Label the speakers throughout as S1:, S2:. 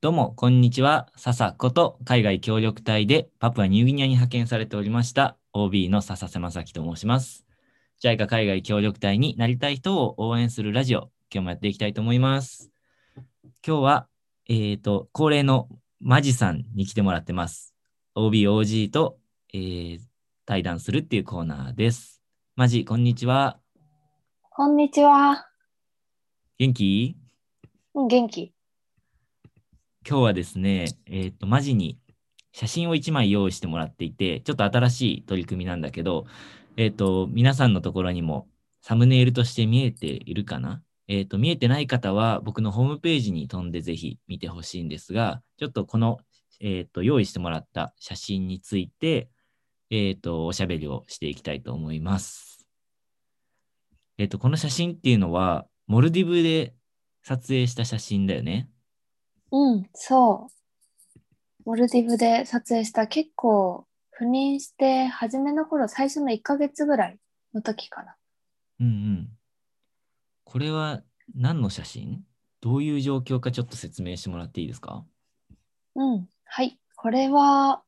S1: どうも、こんにちは。笹こと海外協力隊でパプアニューギニアに派遣されておりました OB の笹瀬正樹と申します。JICA 海外協力隊になりたい人を応援するラジオ、今日もやっていきたいと思います。今日は、えー、と、恒例のマジさんに来てもらってます。OB、OG と、えー対談するっていうコーナーです。マジ、こんにちは。
S2: こんにちは。
S1: 元気
S2: うん元気
S1: 今日はですね、えっ、と、マジに写真を1枚用意してもらっていて、ちょっと新しい取り組みなんだけど、えっ、と、皆さんのところにもサムネイルとして見えているかなえっ、と、見えてない方は僕のホームページに飛んでぜひ見てほしいんですが、ちょっとこの、えっ、と、用意してもらった写真について、えっ、と、おしゃべりをしていきたいと思います。えっ、と、この写真っていうのは、モルディブで撮影した写真だよね。
S2: うん、そう。モルディブで撮影した結構赴任して初めの頃最初の1ヶ月ぐらいの時かな。
S1: うんうん。これは何の写真どういう状況かちょっと説明してもらっていいですか
S2: うん、はい。これは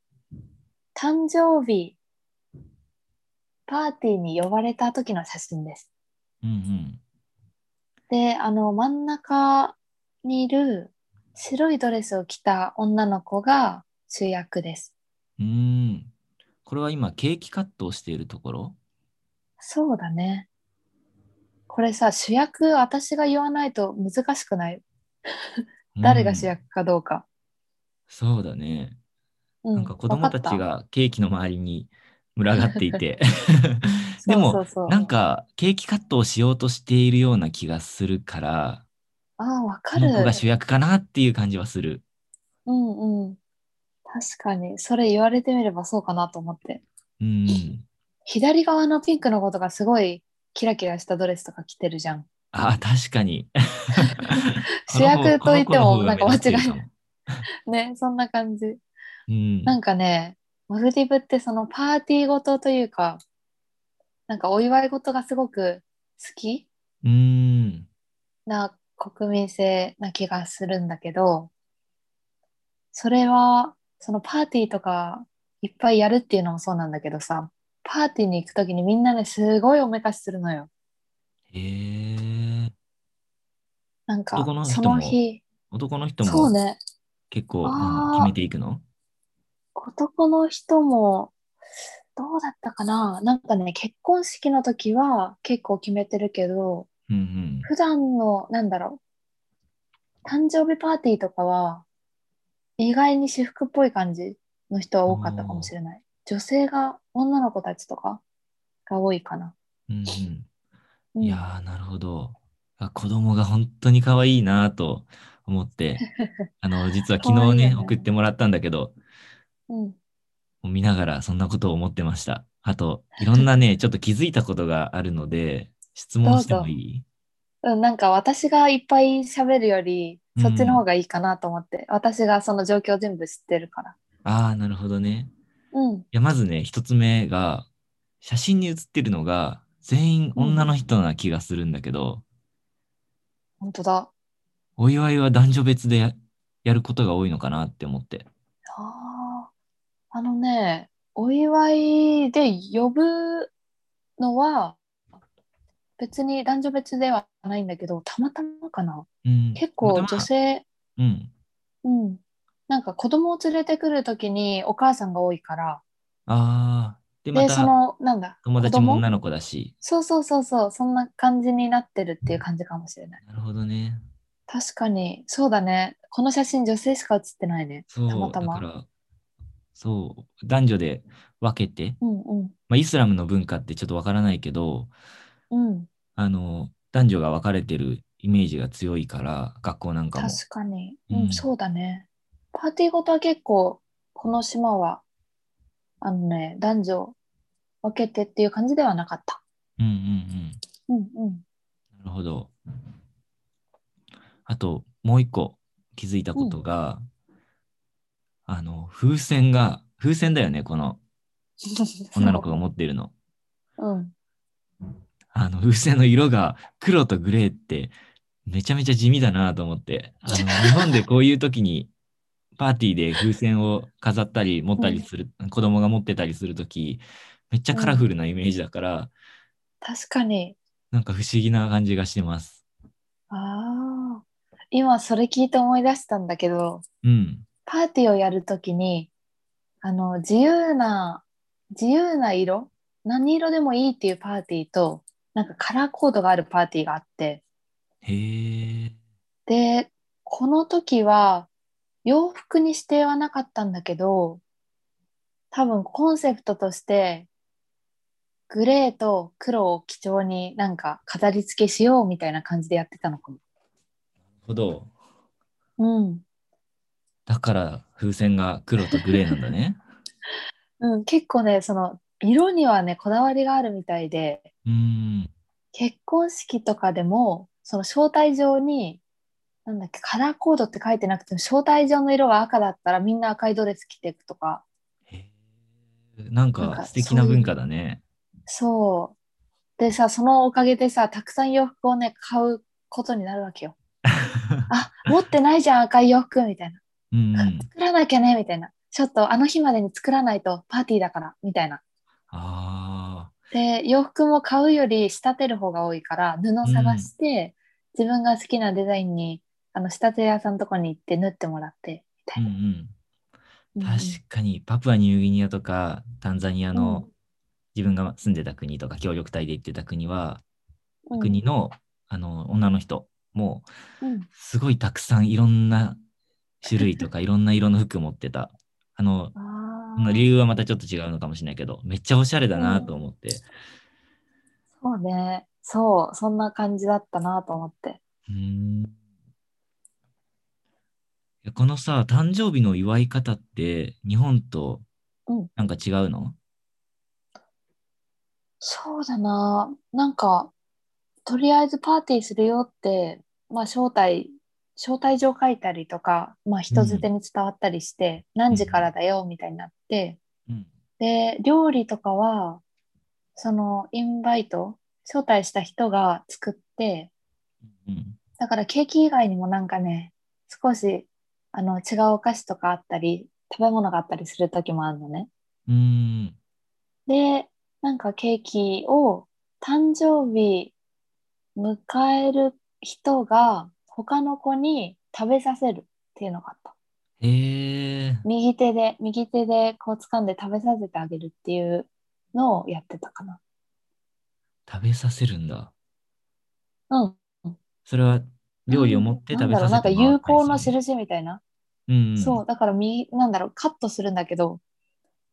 S2: 誕生日パーティーに呼ばれた時の写真です。
S1: うん
S2: で、あの真ん中にいる白いドレスを着た女の子が主役です。
S1: うん。うーん。これは今、ケーキカットをしているところ
S2: そうだね。これさ、主役、私が言わないと難しくない。誰が主
S1: うん
S2: 役かどうか。
S1: そうだね。
S2: う
S1: なんか子供たち。
S2: わかっ
S1: がケーキの周りに群がっていて、
S2: た
S1: でも
S2: そうそうそう
S1: なん、かケーキカットをしようとしているような気がするから、
S2: ああ、わか
S1: この子が
S2: る。
S1: 主役かなっていう感じはする。
S2: うんうん。確かに、それ言われてみればそうかなと思って。
S1: うん。
S2: 左側のピンクの子とかすごいキラキラしたドレスとか着てるじゃん。
S1: あ、確かに。
S2: 主役と言って
S1: この
S2: も
S1: 子
S2: なんか
S1: この子の方が目立ってる
S2: 間違い
S1: か
S2: な
S1: も
S2: い。ね、そんな感じ。
S1: うん
S2: なんかね、モルディブってそのパーティーごとというか、なんかお祝い事がすごく好き
S1: うーん。
S2: な国民性な気がするんだけど、それは、そのパーティーとかいっぱいやるっていうのもそうなんだけどさ、パーティーに行くときにみんなね、すごいおめかしするのよ。
S1: へえ。
S2: なんか
S1: 男の、人
S2: そ
S1: も
S2: の日、
S1: 男の人
S2: そう
S1: も
S2: ね、
S1: 結構、
S2: あー
S1: なんだ決めていくの
S2: 男の人も、どうだったかななんかね、結婚式の時は結構決めてるけど、
S1: うん
S2: 普段の、なんだろう、誕生日パーティーとかは、意外に私服っぽい感じの人は多かったかもしれない。女性が、女の子たちとかが多いかな。
S1: うん。うんうん
S2: うん
S1: いやー、なるほど。あ子供が本当に可愛いなと思って、 あの、実は昨
S2: 可
S1: 日
S2: 愛いよ
S1: ね、
S2: ね
S1: 送ってもらったんだけど、
S2: うん、
S1: 見ながらそんなことを思ってました。あと、いろんな ね、ちょっと気づいたことがあるので、質問してもいい
S2: うん。なんか私がいっぱい喋るより、そっちの方がいいかなと思って、私がその状況全部知ってるから。
S1: ああ、なるほどね。
S2: うん。
S1: いや、まずね、一つ目が、写真に写ってるのが、全員女の人な気がするんだけど、
S2: 本当だ。
S1: お祝いは男女別でややることが多いのかなって思って。
S2: あーあのね、お祝いで呼ぶのは、別に男女別ではないんだけど、たまたまかな。
S1: うん、
S2: 結構女
S1: ま
S2: 性、
S1: あ。うん。
S2: うん、なんか子供を連れてくるときにお母さんが多いから、
S1: ああ。で、ま
S2: で、そ
S1: た
S2: の、なんだ、
S1: 友達
S2: 子
S1: も
S2: 供
S1: 女の子だし。
S2: そうそうそうそう、そんな感じになってるっていう感じかもしれない。
S1: なるほどね。
S2: 確かに、そうだね。この写真女性しか写ってないね。
S1: そう、
S2: たまたま
S1: だから、そう、男女で分けて、
S2: うんうん。
S1: まあ、イスラムの文化ってちょっとわからないけど、
S2: うん、
S1: あの、男女が分かれてるイメージが強いから、学校なんかも。
S2: 確かに、
S1: う
S2: うんん、そうだね。パーティーごとは結構、この島は、あのね、男女分けてっていう感じではなかった。
S1: うんうんうん。
S2: うんうん。
S1: なるほど。あと、もう一個気づいたことが、あの、風船が、風船だよね、この女の子が持ってるの。
S2: うん。
S1: あの、風船の色が黒とグレーって、めちゃめちゃ地味だなと思って、あの、日本でこういう時にパーティーで風船を飾ったり持ったりする、子供が持ってたりするとき、めっちゃカラフルなイメージだから、
S2: 確かに。
S1: なんか不思議な感じがしてます。
S2: ああ。今それ聞いて思い出したんだけど、
S1: うん。
S2: パーティーをやるときに、あの、自由な、自由な色何色でもいいっていうパーティーと、なんかカラーコードがあるパーティーがあって、
S1: へえ。
S2: で、この時は洋服に指定はなかったんだけど、多分コンセプトとして、グレーと黒を基調になんか飾り付けしようみたいな感じでやってたのかも。
S1: ほど。
S2: うん。
S1: だから風船が黒とグレーなんだね。
S2: うん、結構ね、その色にはね、こだわりがあるみたいで、
S1: うん。
S2: 結婚式とかでも、その招待状に、なんだっけ、カラーコードって書いてなくても、招待状の色が赤だったらみんな赤いドレス着ていくとか、
S1: へーなん
S2: なん
S1: か
S2: か
S1: 素敵な文化だね。
S2: そう。でさ、そのおかげでさ、たくさん洋服をね、買うことになるわけよ。あ、持ってないじゃん、赤い洋服みたいな。
S1: うんうん。
S2: 作らなきゃね、みたいな。ちょっとあの日までに作らないとパーティーだから、みたいな。
S1: あ
S2: で、洋服も買うより仕立てる方が多いから、布を探して、自分が好きなデザインに、あの、仕立て屋さんのとこに行って縫ってもらって、み
S1: あ。
S2: た
S1: う
S2: い
S1: んうん。
S2: な。うんうん
S1: 確かにパプアニューギニアとかタンザニアの自分が住んでた国とか協力隊で行ってた国は、
S2: うん
S1: 国のあの女の人も
S2: うん
S1: すごいたくさんいろんな種類と かいろんな色の服持ってた。あの、
S2: あ
S1: その理
S2: ー
S1: 由はまたちょっと違うのかもしれないけど、めっちゃおしゃれだなと思って。
S2: そうね。そう、そんな感じだったなと思って。
S1: うーんいやこのさ、誕生日の祝い方って日本と
S2: うん
S1: なんか違うの、
S2: そうだな。なんか、とりあえずパーティーするよって、まあ、招待、招待状書いたりとか、まあ、人づてに伝わったりして、何時からだよみたいになって、
S1: うん、
S2: で、料理とかは、その、インバイト、招待した人が作って、
S1: うん。
S2: だからケーキ以外にもなんかね、少し、あの、違うお菓子とかあったり、食べ物があったりする時もあるのね。
S1: うーん。
S2: で、なんかケーキを誕生日迎える人が他の子に食べさせるっていうのがあった。
S1: へえ。
S2: 右手で、右手でこう掴んで食べさせてあげるっていうのをやってたかな。
S1: 食べさせるんだ。
S2: うん。
S1: それは料理を持って食べさせ
S2: なんだろう、なんか有効の
S1: る。
S2: 印みたいな。
S1: うん、
S2: そう、だから右、なんだろう、カットするんだけど、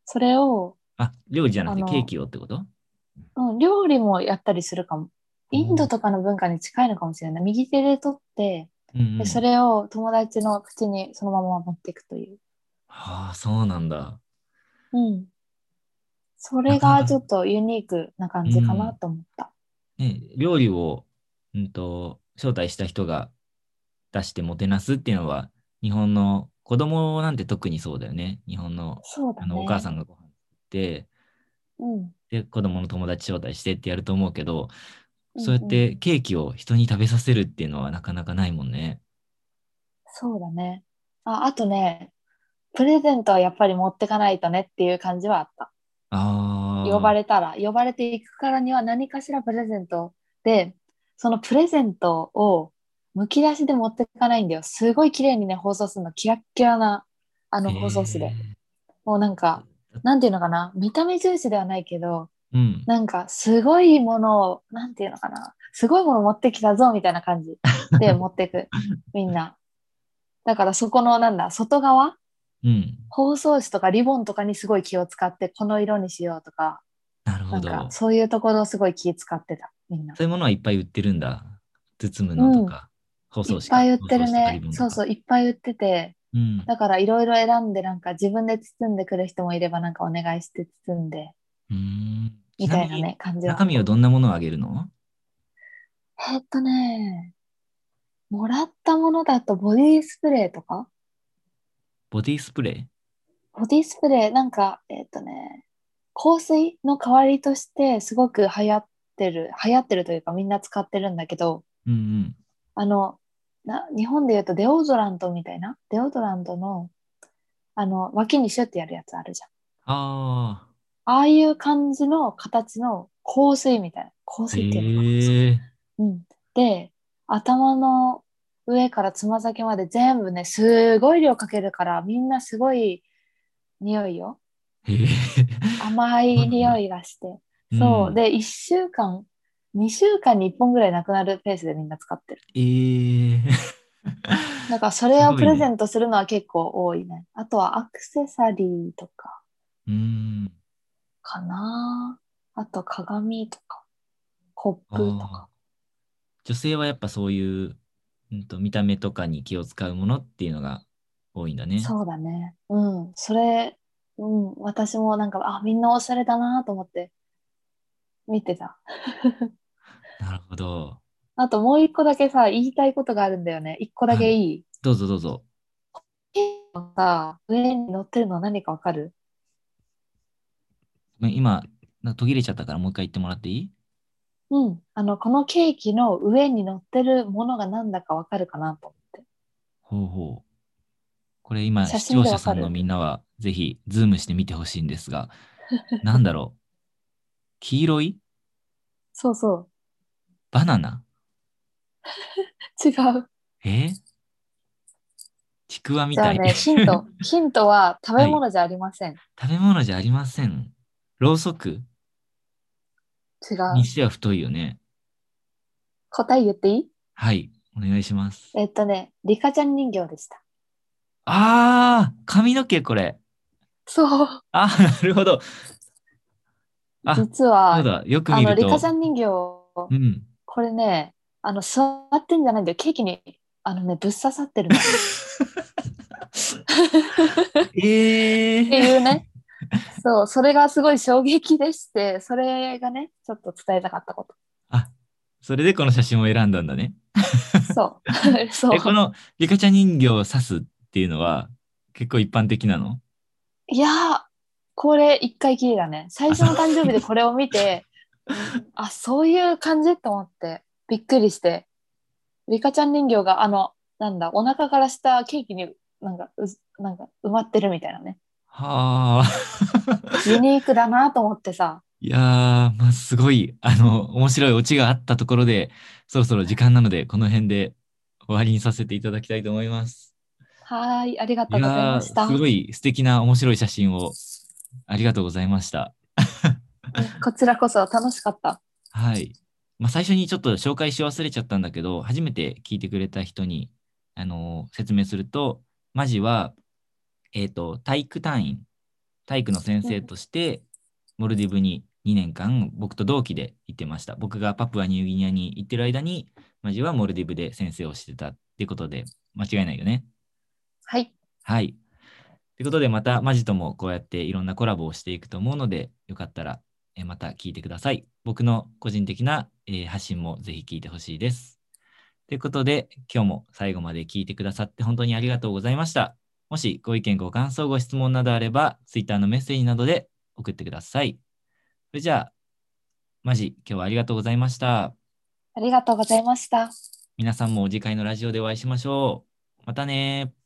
S2: それを、
S1: あ、料理じゃなくて
S2: あの
S1: ケーキをってこと
S2: うん、料理もやったりするかも。インドとかの文化に近いのかもしれない。右手で取って、
S1: うん、う
S2: で
S1: ん。
S2: それを友達の口にそのまま持っていくという。
S1: ああ、そうなんだ。
S2: うん。それがちょっとユニークな感じかなと思った。
S1: ね、料理を、うんと、招待した人が出してもてなすっていうのは、日本の子供なんて特にそうだよね。日本の
S2: そうだ
S1: あ
S2: ね。
S1: のお母さんがご飯作って、
S2: うん。
S1: で、子供の友達招待してってやると思うけど、
S2: ん
S1: そうやってケーキを人に食べさせるっていうのはなかなかないもんね。
S2: そうだね。あ、あとね、プレゼントはやっぱり持ってかないとねっていう感じはあった。
S1: ああ。
S2: 呼ばれたら、呼ばれていくからには何かしらプレゼントで、そのプレゼントをむき出しで持ってかないんだよ。すごい綺麗にね、包装するの、キラッキラな、あの包装す
S1: へ
S2: る
S1: ー。
S2: もうなんか、なんていうのかな、見た目重視ではないけど、
S1: うん。
S2: なんかすごいものを、なんていうのかな、すごいもの持ってきたぞみたいな感じ で持ってく、みんな。だからそこの、なんだ、外側、
S1: うん。
S2: 包装紙とかリボンとかにすごい気を使って、この色にしようとか、
S1: なるほ
S2: なん
S1: ど。
S2: かそういうところをすごい気使ってた、みんな。
S1: そういうものはいっぱい売ってるんだ。包むのとか、包
S2: い
S1: 装
S2: っ
S1: 紙か
S2: ぱい売って
S1: 包
S2: る
S1: 装紙とかリ
S2: ね
S1: ボン。とか
S2: そうそう、いっぱい売ってて、
S1: うん。
S2: だからいろいろ選んで、なんか自分で包んでくる人もいれば、なんかお願いして包んで、
S1: うーん
S2: みたいなね、感
S1: ちなみに
S2: じは
S1: 中身はどんなものをあげるの
S2: えーっとね、もらったものだとボディスプレーとか
S1: ボディスプレ
S2: ボディスプレーなんか、えーっとね、香水の代わりとしてすごく流行ってる、流行ってるというかみんな使ってるんだけど、
S1: ーうん
S2: あの、な日本で言うとデオドラントみたいな、デオドラントのあの、脇にシュッてやるやつあるじゃん。
S1: ああ。
S2: ああいう感じの形の香水みたいな。香水っていうのかな
S1: へえ。
S2: うん、で頭の上からつま先まで全部ねすごい量かけるからみんなすごい匂いよ
S1: へえ。
S2: 甘い匂いがして、そうで1週間2週間に1本ぐらいなくなるペースでみんな使ってる
S1: え え。
S2: だからそれ
S1: す
S2: を
S1: ごい
S2: プ
S1: ね
S2: レゼントするのは結構多いねあとはアクセサリーとか
S1: うん。
S2: かなあと鏡とかコップとか
S1: ああ。女性はやっぱそういう、うんと、見た目とかに気を使うものっていうのが多いんだね。
S2: そうだね。うん。それ、うん。私もなんか、あ、みんなおしゃれだなと思って見てた。
S1: なるほど。
S2: あともう一個だけさ、言いたいことがあるんだよね。一個だけいい。
S1: どうぞどうぞ。
S2: さ、上に乗ってるの何かわかる
S1: ごめん今、な途切れちゃったからもう一回言ってもらっていい
S2: うん。あの、このケーキの上に乗ってるものが何だかわかるかなと思って。
S1: ほうほう。これ今、
S2: 写
S1: 視
S2: 真
S1: 聴
S2: でわか
S1: 者さ
S2: る
S1: んのみんなは、ぜひ、ズームして見てほしいんです が、なんだろう。黄色い
S2: そうそ
S1: バナナ
S2: う。違う。
S1: えーちくわみ
S2: じゃ
S1: た
S2: あ
S1: い。
S2: ね、ヒント。ヒントは食べ物じゃありません。
S1: 食べ物じゃありません。ろうそく
S2: 違
S1: に
S2: う。
S1: しては太いよね。
S2: 答え言っていい
S1: はい、お願いします。
S2: えっとね、リカちゃん人形でした。
S1: あー、髪の毛これ。
S2: そう。
S1: あー、なるほど。あ、そう
S2: 実は、
S1: だ、よく
S2: あ
S1: 見
S2: の、
S1: る
S2: リカ
S1: と
S2: ち。ゃん人形、
S1: うん。
S2: これね、あの、座ってんじゃないんだよ。ケーキに、あのね、ぶっ刺さってるの。っ
S1: え
S2: て
S1: ー、
S2: い うね。そう、それがすごい衝撃でして、それがね、ちょっと伝えたかったこ
S1: あ、それでこの写真を選んだんだね。
S2: と。 そう。そう
S1: え、このリカちゃん人形を刺すっていうのは結構一般的なの
S2: いやー、これ一回きりだね。最初の誕生日でこれを 見て、あ、そういう感じと思って、びっくりして。リカちゃん人形が、あの、なんだ、お腹からしたケーキに、なんか、うなんか埋まってるみたいなね。
S1: はあ。
S2: ユニークだなと思ってさ。
S1: いやー、まあ、すごい、あの、面白いオチがあったところで、そろそろ時間なので、この辺で終わりにさせていただきたいと思います。
S2: はーい、ありが
S1: い
S2: とうござい
S1: や
S2: ま
S1: ー、
S2: し
S1: す
S2: た。
S1: ごい素敵な面白い写真をありがとうございました。
S2: こちらこそ楽しかった。
S1: はい。まあ、最初にちょっと紹介し忘れちゃったんだけど、初めて聞いてくれた人に、あのー説明すると、マジは、えっ、と、体育単位、体育の先生として、モルディブに2年間、僕と同期で行ってました。僕がパプアニューギニアに行ってる間に、マジはモルディブで先生をしてたってことで、間違いないよね。
S2: はい、
S1: はい。ということで、またマジともこうやっていろんなコラボをしていくと思うので、よかったらえーまた聞いてください。僕の個人的な、えー発信もぜひ聞いてほしいです。ということで、今日も最後まで聞いてくださって本当にありがとうございました。もしご意見、ご感想、ご質問などあれば、Twitter のメッセージなどで送ってください。それじゃあ、マジ、今日はありがとうございました。
S2: ありがとうございました。
S1: 皆さんも次回のラジオでお会いしましょう。またねー